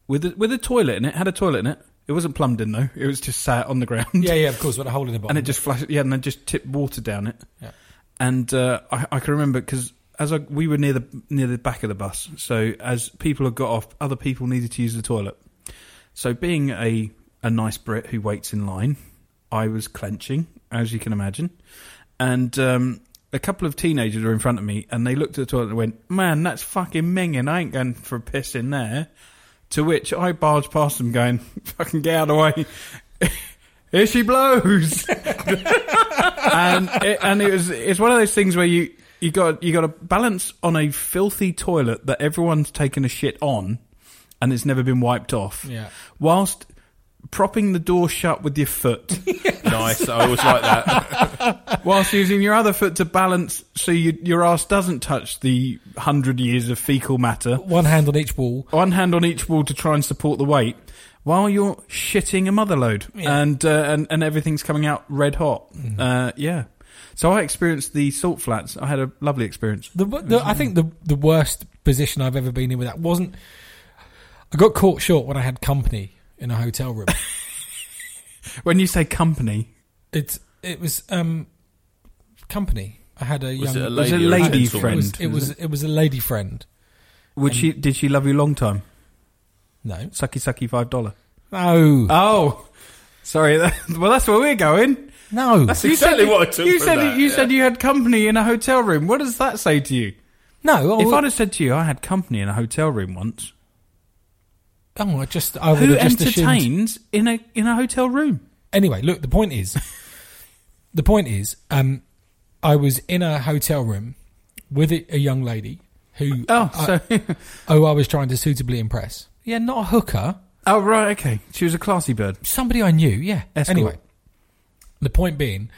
with a, with a toilet in it. Had a toilet in it. It wasn't plumbed in though. It was just sat on the ground
Yeah, yeah, of course. With a hole in the bottom.
and it just flashed. Yeah, and I just tipped water down it.
Yeah.
And uh, I, I can remember because as I, we were near the near the back of the bus, so as people had got off, other people needed to use the toilet. So being a a nice Brit who waits in line, I was clenching, as you can imagine, and. Um, a couple of teenagers were in front of me and they looked at the toilet and went, Man, that's fucking minging. I ain't going for a piss in there. To which I barged past them going, Fucking get out of the way. Here she blows and it, and it was it's one of those things where you you got you got to balance on a filthy toilet that everyone's taken a shit on, and it's never been wiped off.
Yeah.
Whilst propping the door shut with your foot,
nice. I always like that.
whilst using your other foot to balance so you, your ass doesn't touch the hundred years of fecal matter.
One hand on each wall.
one hand on each wall to try and support the weight while you're shitting a motherload
Yeah.
and, uh, and and everything's coming out red hot.
Mm-hmm.
Uh, yeah. So I experienced the salt flats. I had a lovely experience.
The, the, I think the the worst position I've ever been in with that wasn't. I got caught short when I had company in a hotel room.
When you say company,
It it was um company. I had a
Was
young.
it a
was
lady,
a
or
lady
gentleman?
it
friend?
was it was, it was a lady friend.
would she did she love you long time?
No,
Sucky sucky five dollar.
no,
Oh, sorry. well, that's where we're going.
no.
That's exactly
said,
what I took
You
from
said
that,
you
yeah.
said you had company in a hotel room. What does that say to you?
No, Oh,
If
I,
I'd have said to you, I had company in a hotel room once,
oh, I just I would
who
have just assumed.
entertains in a in a hotel room?
Anyway, look, the point is, the point is, um, I was in a hotel room with a, a young lady who
Oh,
I,
so
oh I was trying to suitably impress. Yeah, not a hooker.
Oh right, okay. She was a classy bird.
Somebody I knew, yeah.
Escort.
Anyway, the point being,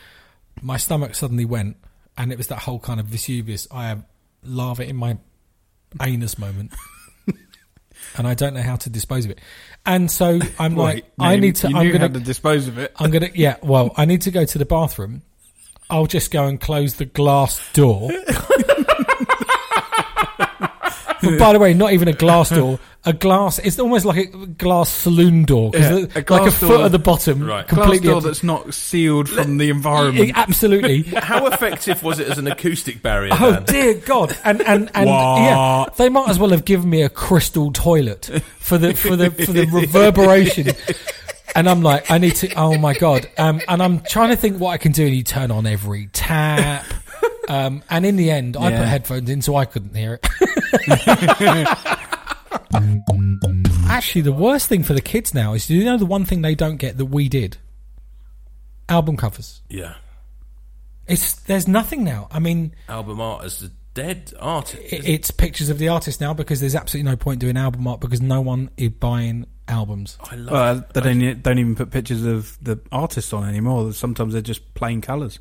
my stomach suddenly went, and it was that whole kind of Vesuvius, I have lava in my anus moment. and I don't know how to dispose of it. And so I'm like,
Wait, no,
I
you-
need to,
You
I'm
knew
going
how to
to,
dispose of it.
I'm going to, yeah, well, I need to go to the bathroom. I'll just go and close the glass door. But by the way, not even a glass door. A glass. It's almost like a glass saloon door. 'cause
Yeah,
the-
a
like a
glass
foot
door-
at the bottom.
Right. Glass
Glass
Completely
door
empty.
that's not sealed from the environment.
Yeah, absolutely.
How effective was it as an acoustic barrier?
Oh
Dan?
dear God! And and and yeah, they might as well have given me a crystal toilet for the for the for the reverberation. And I'm like, I need to. Oh my God! Um, and I'm trying to think what I can do. And you turn on every tap. Um, and in the end, I
Yeah.
put headphones in, so I couldn't hear it. Actually, the worst thing for the kids now is, do you know the one thing they don't get that we did? Album covers.
Yeah.
It's there's nothing now. I mean,
Album art as a dead artist.
it- it's pictures of the artist now because there's absolutely no point doing album art because no one is buying albums.
I love
Well, they don't, e- don't even put pictures of the artists on anymore. Sometimes they're just plain colours.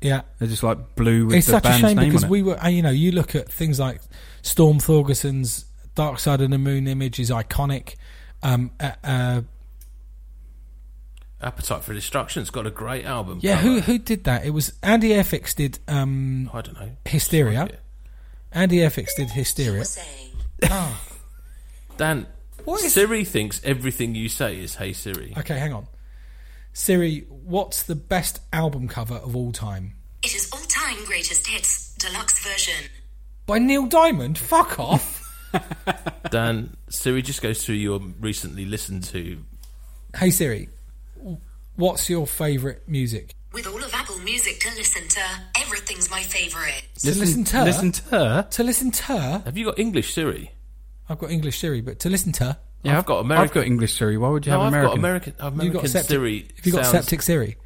Yeah,
They're just like blue with
it's
the
such a
band's
shame
name
because
on it.
we were, uh, you know, you look at things like Storm Thorgerson's Dark Side of the Moon image is iconic. Um, uh, uh,
Appetite for Destruction's got a great album.
yeah, who
cover.
who did that? It was Andy Effix did um,
I don't know.
Hysteria.
it.
Andy Effix did Hysteria.
Dan,
What is-
Siri thinks everything you say is "Hey Siri."
Okay, hang on. Siri, what's the best album cover of all time?
It is all time greatest hits, deluxe version.
By Neil Diamond? Fuck off.
Dan, Siri just goes through your recently listened to.
Hey Siri, w- what's your favourite music?
With all of Apple Music to listen to, everything's my favorite.
to listen to,
Listen to her.
to listen to.
Have you got English Siri?
I've got English Siri, but to listen to,
Yeah,
I've got American-
I've got English Siri. Why would you
No,
have
I've
American?
got American. American
you've got septic.
Siri.
Have you got
sounds-
septic Siri?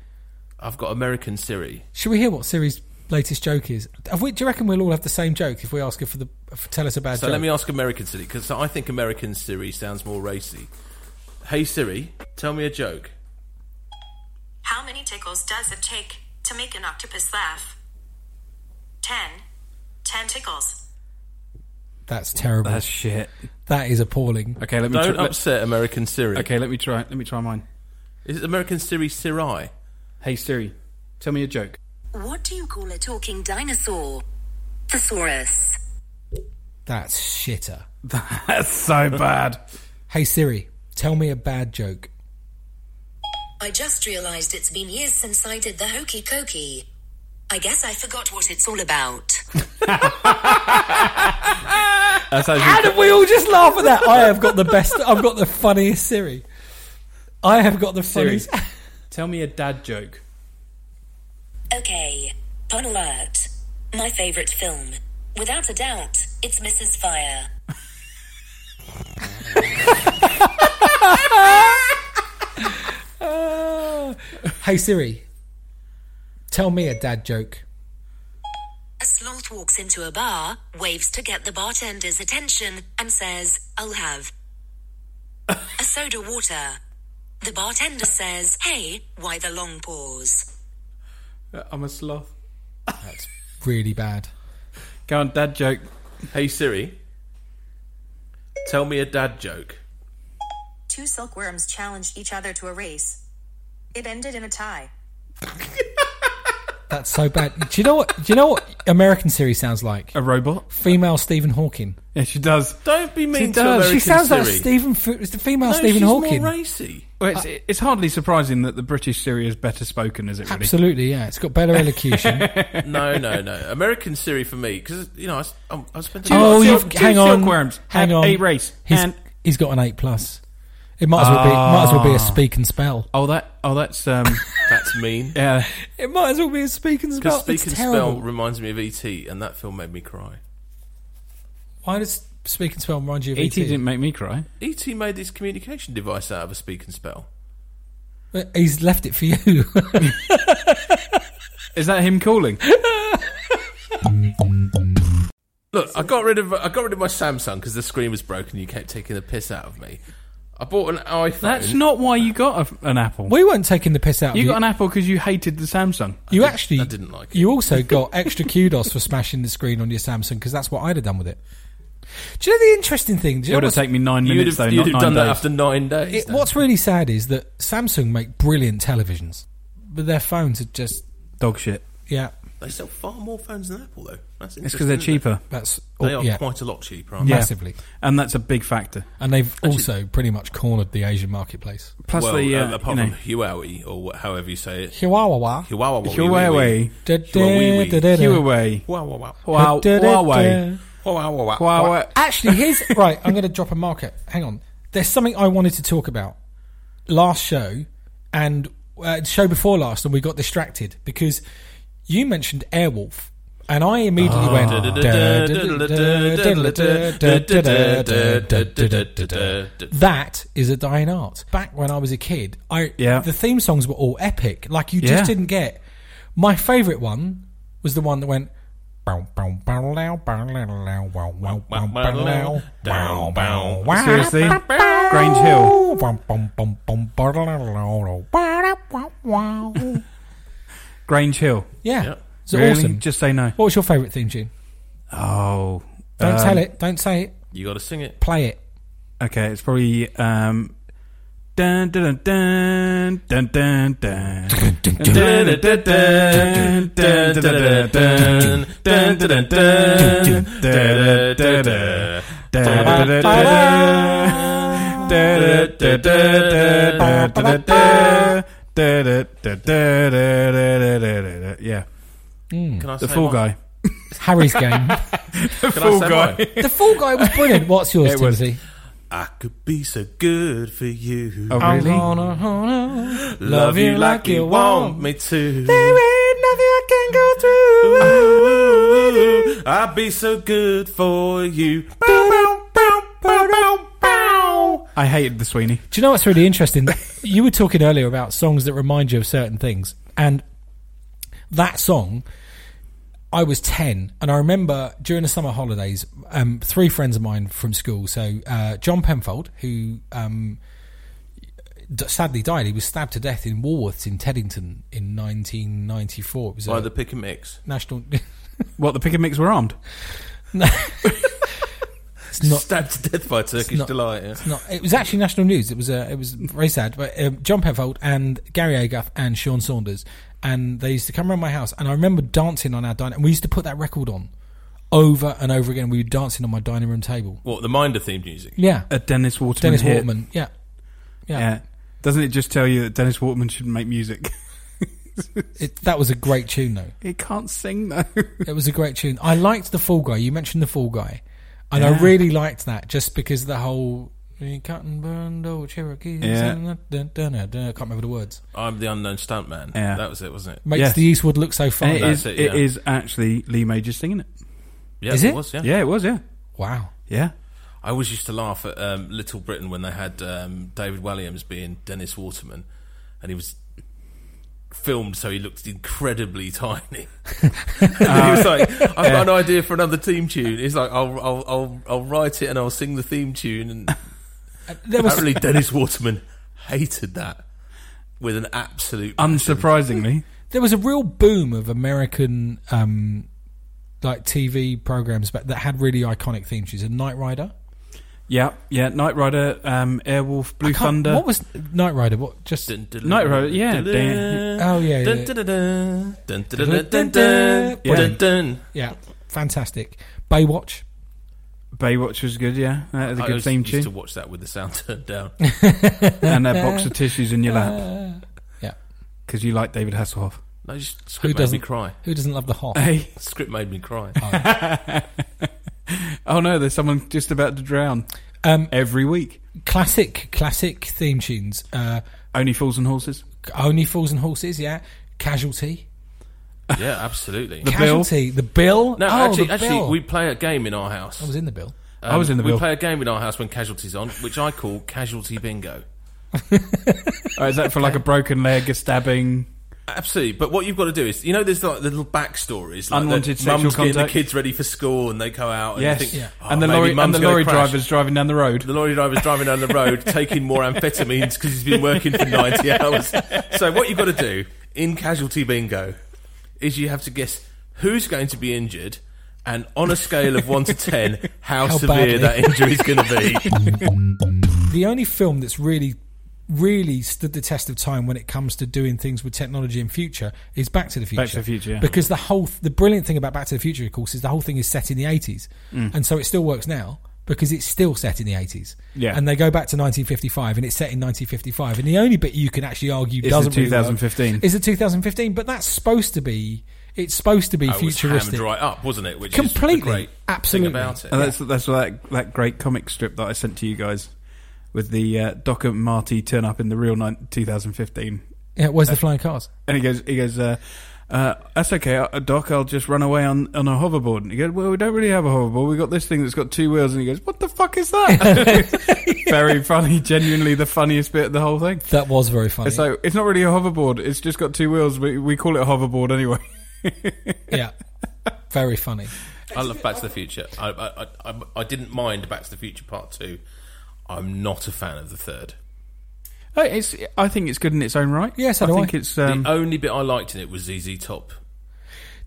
I've got American Siri.
Should we hear what Siri's latest joke is? Have we, do you reckon we'll all have the same joke if we ask her for the for, tell us about?
So let me ask American Siri because I think American Siri sounds more racy. Hey Siri, tell me a joke.
How many tickles does it take to make an octopus laugh? Ten. Ten tickles.
That's terrible.
That's Oh, shit.
that is appalling.
Okay, let me.
Don't
try, let-
upset American Siri.
okay, let me try. Let me try mine.
Is it American Siri Siri?
Hey Siri, tell me a joke.
What do you call a talking dinosaur? Thesaurus.
That's shitter.
That's so bad.
Hey Siri, tell me a bad joke.
I just realized it's been years since I did the hokey pokey. I guess I forgot what it's all about.
That's actually,
How did we all just laugh at that? I have got the best. I've got the funniest Siri. I have got the
Siri,
funniest.
tell me a dad joke.
Okay, pun alert. My favorite film. Without a doubt, it's Mrs. Fire.
Hey Siri, tell me a dad joke.
A sloth walks into a bar, waves to get the bartender's attention, and says, I'll have a soda water. The bartender says, Hey, why the long pause?
Uh,
I'm a sloth.
Really bad.
Go on, dad joke.
Hey Siri, tell me a dad joke.
Two silkworms challenged each other to a race. It ended in a tie.
That's so bad. Do you know what? Do you know what American Siri sounds like?
A robot?
Female Stephen Hawking.
Yeah, she does.
Don't be mean
She
to
does.
American
she sounds
Siri.
like Stephen. F- It's the female
no,
Stephen
she's
Hawking.
more racy.
Well, it's, it's hardly surprising that the British Siri is better spoken, is it? Really?
Absolutely, yeah. It's got better elocution.
No, no, no. American Siri for me because you know I, s- I'm- I spent.
oh,
Two
you've
silk- two
hang on,
silkworms
hang
had
on.
a race
He's,
and-
he's got an eight plus. It might as well be. Might as well be a speak and spell.
Oh, that. Oh, that's. Um,
that's mean.
yeah.
It might as well be a speak and
Because
spell.
Speak
it's
and
terrible.
Spell reminds me of ET, and that film made me cry.
Why does speak and spell remind you of E
Et
ET?
didn't make me cry.
ET E made this communication device out of a Speak and Spell.
He's left it for you.
Is that him calling?
Look, I got rid of I got rid of my Samsung because the screen was broken. You kept taking the piss out of me. I bought an iPhone.
That's not why you got a, an Apple.
We weren't taking the piss out
you
of you.
got an Apple because you hated the Samsung.
you
did-
actually
I didn't like it.
You also got extra kudos for smashing the screen on your Samsung because that's what I'd have done with it. Do you know the interesting thing? Do
It
you
would
know
have
what's,
taken me nine
You'd
minutes
have,
though,
you'd
not
have
nine
done that
days.
after nine days.
it,
Dan.
what's really sad is that Samsung make brilliant televisions, but their phones are just
Dog shit.
yeah.
they sell far more phones than Apple though. That's
It's because they're
interesting, isn't
cheaper.
That's
it? They are
yeah,
quite a lot cheaper. Aren't
Yeah.
massively,
And that's a big factor.
and they've also pretty much cornered the Asian marketplace.
they?
Plus,
well,
the,
uh,
uh, you
apart
know,
from Huawei or wha- however you say it,
Chihuahua.
Huawei. wee, wee,
Huawei,
wee. Huawei.
Huawei,
wee. Huawei.
Huawei, Huawei,
Huawei.
Huawei.
Actually, here's right. I'm going to drop a market. Hang on. There's something I wanted to talk about last show and uh, show before last, and we got distracted because you mentioned Airwolf, and I immediately went. That is a dying art. Back when I was a kid, I
Yeah.
the theme songs were all epic. Like you just
Yeah.
didn't get. My favourite one was the one that went. Bow, bow, bow, low, bow, low, low, wow, wow, wow, bow, low, wow, wow, wow.
Seriously, Grange Hill.
Bum, bum, bum, bum, bow, low, low, low, wow, wow, wow.
Grange Hill.
Yeah, it's
really?
awesome.
Just say no.
What was your favourite theme tune?
Oh,
Don't
um,
tell it. Don't say it.
You got to sing it.
Play it.
Okay, it's probably um. Dun dun dun dun dun dun Yeah,
Can I
the
say
Fall
mine?
guy.
It's Harry's game.
Can I say mine?
the Fall Guy was brilliant. What's yours,
It was.
Timothy?
I could be so good for you.
Oh, really?
Love you like you want me to.
ain't nothing I can go through.
Ooh, I'd be so good for you.
I hated the Sweeney.
Do you know what's really interesting? you were talking earlier about songs that remind you of certain things, and that song. I was ten, and I remember during the summer holidays, um, three friends of mine from school. So uh, John Penfold, who um, d- sadly died, he was stabbed to death in Woolworths in Teddington in 1994. It was
By
a
the pick and mix.
national.
What the pick and mix were armed?
it's not
Stabbed to death by Turkish
not-
delight. yeah.
No, it was actually national news. It was uh, it was very sad. But um, John Penfold and Gary Aguff and Sean Saunders, and they used to come around my house, and I remember dancing on our dining, and we used to put that record on over and over again. We were dancing on my dining room table.
What the Minder themed music?
Yeah,
A Dennis Waterman.
Dennis
hit.
Waterman. Yeah. yeah,
Yeah. Doesn't it just tell you that Dennis Waterman shouldn't make music?
It, that was a great tune though.
He can't sing though.
It was a great tune. I liked the Fall Guy. You mentioned the Fall Guy, and I really liked that just because the whole. Cotton burned old Cherokees.
Yeah.
and I can't remember the words.
I'm the unknown stuntman.
Yeah.
That was it, wasn't it?
Makes
Yes.
the Eastwood look so fun.
And it
that's
is.
it,
It,
yeah.
is actually Lee Majors singing it.
Yeah,
Is it?
was. Yeah.
Yeah. it was. Yeah.
Wow.
Yeah.
I always used to laugh at um, Little Britain when they had um, David Williams being Dennis Waterman, and he was filmed so he looked incredibly tiny. and he
Uh,
was like, "I've got an idea for another theme tune." He's like, "I'll, I'll, I'll, I'll write it and I'll sing the theme tune." And
Uh, There was
apparently, Dennis Waterman hated that with an absolute.
Um, Unsurprisingly,
there was a real boom of American um, like TV programs, but that had really iconic theme tunes. And Knight Rider,
yeah, yeah. Knight Rider, um, Airwolf, Blue
I can't-
Thunder.
What was Knight Rider? What just
Knight Rider, yeah.
Oh, yeah, yeah.
Yeah.
yeah, fantastic. Baywatch.
Baywatch was good. Yeah, that was a
I
good
used-
theme
used to
tune.
watch that with the sound turned down.
and a box of tissues in your lap
Yeah,
because you like David Hasselhoff.
No, just
who
script made me
doesn't
cry.
Who doesn't love the hot?
Hey.
Script made me cry.
Oh no, there's someone just about to drown.
Um,
Every week,
classic, classic theme tunes. Uh,
only fools and horses.
Only Fools and Horses. Yeah, Casualty.
yeah, absolutely.
The Bill.
Casualty. The Bill.
No,
oh,
actually,
the
actually,
bill.
we play a game in our house. Um,
I was in the Bill.
I was in the
we
bill.
play a game in our house when casualties on, which I call casualty bingo.
Oh, is that for like a broken leg, a stabbing?
Absolutely, but what you've got to do is, you know, there's like the little backstories, like
Unwanted
the
sexual
mum's getting
contact.
the kids ready for school, and they go out, and
Yes,
you think, "Oh,
and the
maybe
lorry and
mum's
the
gonna
lorry
crash."
driver's driving down the road.
The lorry driver's driving down the road taking more amphetamines because he's been working for 90 hours. So, what you've got to do in casualty bingo is you have to guess who's going to be injured and on a scale of 1 to 10, how,
How badly.
severe that injury is going to be.
the only film that's really really stood the test of time when it comes to doing things with technology in future is Back to the Future.
Back to the Future, yeah.
Because the whole th- the brilliant thing about Back to the Future, of course, is the whole thing is set in the eighties,
Mm.
and so it still works now because it's still set in the eighties.
Yeah.
And they go back to 1955, and it's set in 1955, and the only bit you can actually argue
the
doesn't really work
2015.
is the 2015, but that's supposed to be it's supposed to be
Oh, it was
futuristic.
hammed right up, wasn't it? Which
Completely.
is the great
Absolutely.
thing about it.
And that's that's that that great comic strip that I sent to you guys with the uh, Doc and Marty turn up in the real nine, 2015,
Yeah, where's the flying cars?
and he goes he goes. Uh, uh, that's okay, uh, Doc. I'll just run away on, on a hoverboard. And he goes, "Well, we don't really have a hoverboard. We got this thing that's got two wheels." And he goes, "What the fuck is that?" Very funny. Genuinely, the funniest bit of the whole thing.
That was very funny.
It's like it's not really a hoverboard. It's just got two wheels. We we call it a hoverboard anyway.
yeah, very funny.
I love Back to the Future. I, I, I, I- I didn't mind Back to the Future Part 2. I'm not a fan of the third.
Oh, it's. I think it's good in its own right.
Yeah, so
I
do
think
I.
it's. Um,
the only bit I liked in it was ZZ Top.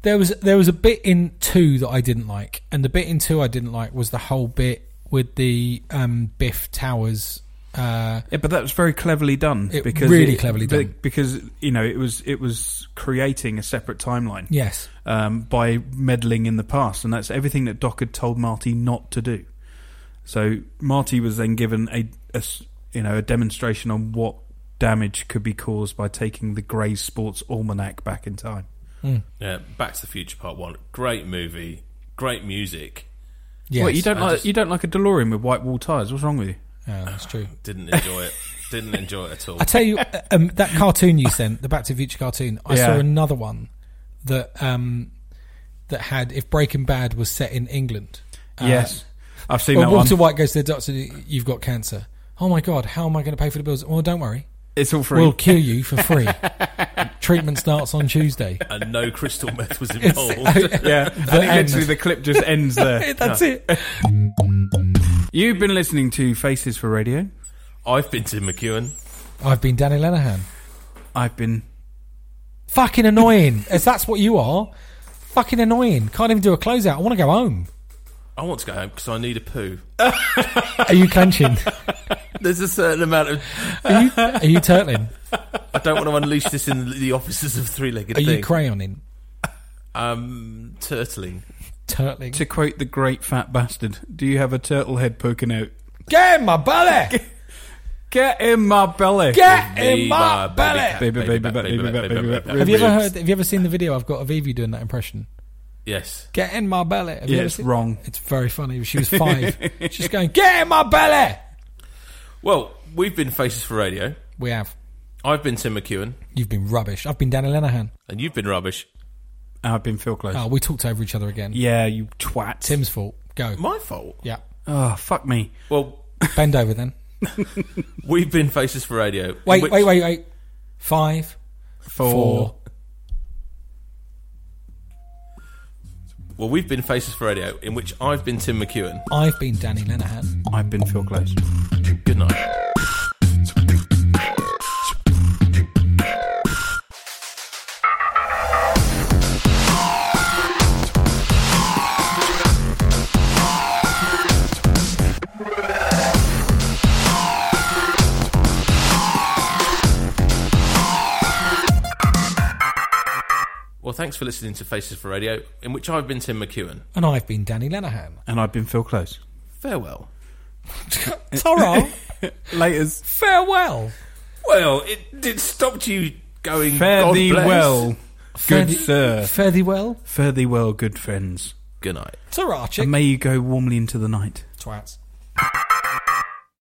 There was there was a bit in two that I didn't like, and the bit in two I didn't like was the whole bit with the um, Biff Towers. Uh,
Yeah, but that was very cleverly done
It
because
really cleverly done.
be- because you know it was it was creating a separate timeline
yes,
um, by meddling in the past, and that's everything that Doc had told Marty not to do. So Marty was then given a, a s- you know a demonstration on what damage could be caused by taking the Grey Sports Almanac back in time.
Yeah, Uh, Back to the Future Part 1. Great movie, great music.
yes,
What, you don't
I
like
just-
you don't like a DeLorean with white wall tires? What's wrong with you?
Yeah, that's true.
Didn't enjoy it. Didn't enjoy it at all.
I tell you, uh, um, that cartoon you sent, the Back to the Future cartoon, I
Yeah.
saw another one that um, that had if Breaking Bad was set in England. uh,
yes, I've seen
Well,
that one.
Walter White goes to the doctor. You've got cancer. Oh my god! How am I going to pay for the bills? Well, don't worry.
It's all free.
We'll cure you for free. Treatment starts on Tuesday.
and no crystal meth was involved.
yeah, I think
end.
literally the clip just ends there.
That's it.
You've been listening to Faces for Radio.
I've been to McEwen.
I've been Danny Lenihan.
I've been.
Fucking annoying. As that's what you are. Fucking annoying. Can't even do a closeout. I want to go home.
I want to go home because I need a poo.
Are you clenching?
There's a certain amount of.
Are you, are you turtling?
I don't want to unleash this in the offices of three legged
Are you
thing.
crayoning?
um, turtling.
Turtling.
To quote the great fat bastard, do you have a turtle head poking out?
Get in my belly!
Get in my belly.
Get in
Me,
my belly!
cat,
Baby, baby, back, baby, back, baby, back.
Have you ever
Ribs.
heard? Have you ever seen the video? I've got Avivi doing that impression.
Yes.
Get in my belly. Have you
Yeah,
ever
it's
seen-
wrong.
It's very funny. She was five. She's going, "Get in my belly."
Well, we've been Faces for Radio.
We have.
I've been Tim McEwen,
You've been rubbish. I've been Danny Lenihan.
and you've been rubbish.
I've been Phil Close.
Oh, we talked over each other again.
Yeah, you twat.
Tim's fault. Go.
My fault.
Yeah.
Oh, fuck me.
Well,
Bend over then.
we've been Faces for Radio. in
Wait,
which-
wait, wait, wait. Five,
For.
four.
Well, we've been Faces for Radio, in which I've been Tim McEwen.
I've been Danny Lenihan.
I've been Phil Close.
Good night. Well, thanks for listening to Faces for Radio, in which I've been Tim McEwen.
And I've been Danny Lenihan.
And I've been Phil Close.
Farewell.
Toro,
Laters.
farewell.
Well, it, it stopped you going.
Fare
God
thee
bless.
well,
Fare
good
thee-
sir.
Fare thee well.
Fare thee well, good friends.
Good night.
Sriracha.
And may you go warmly into the night.
Twats.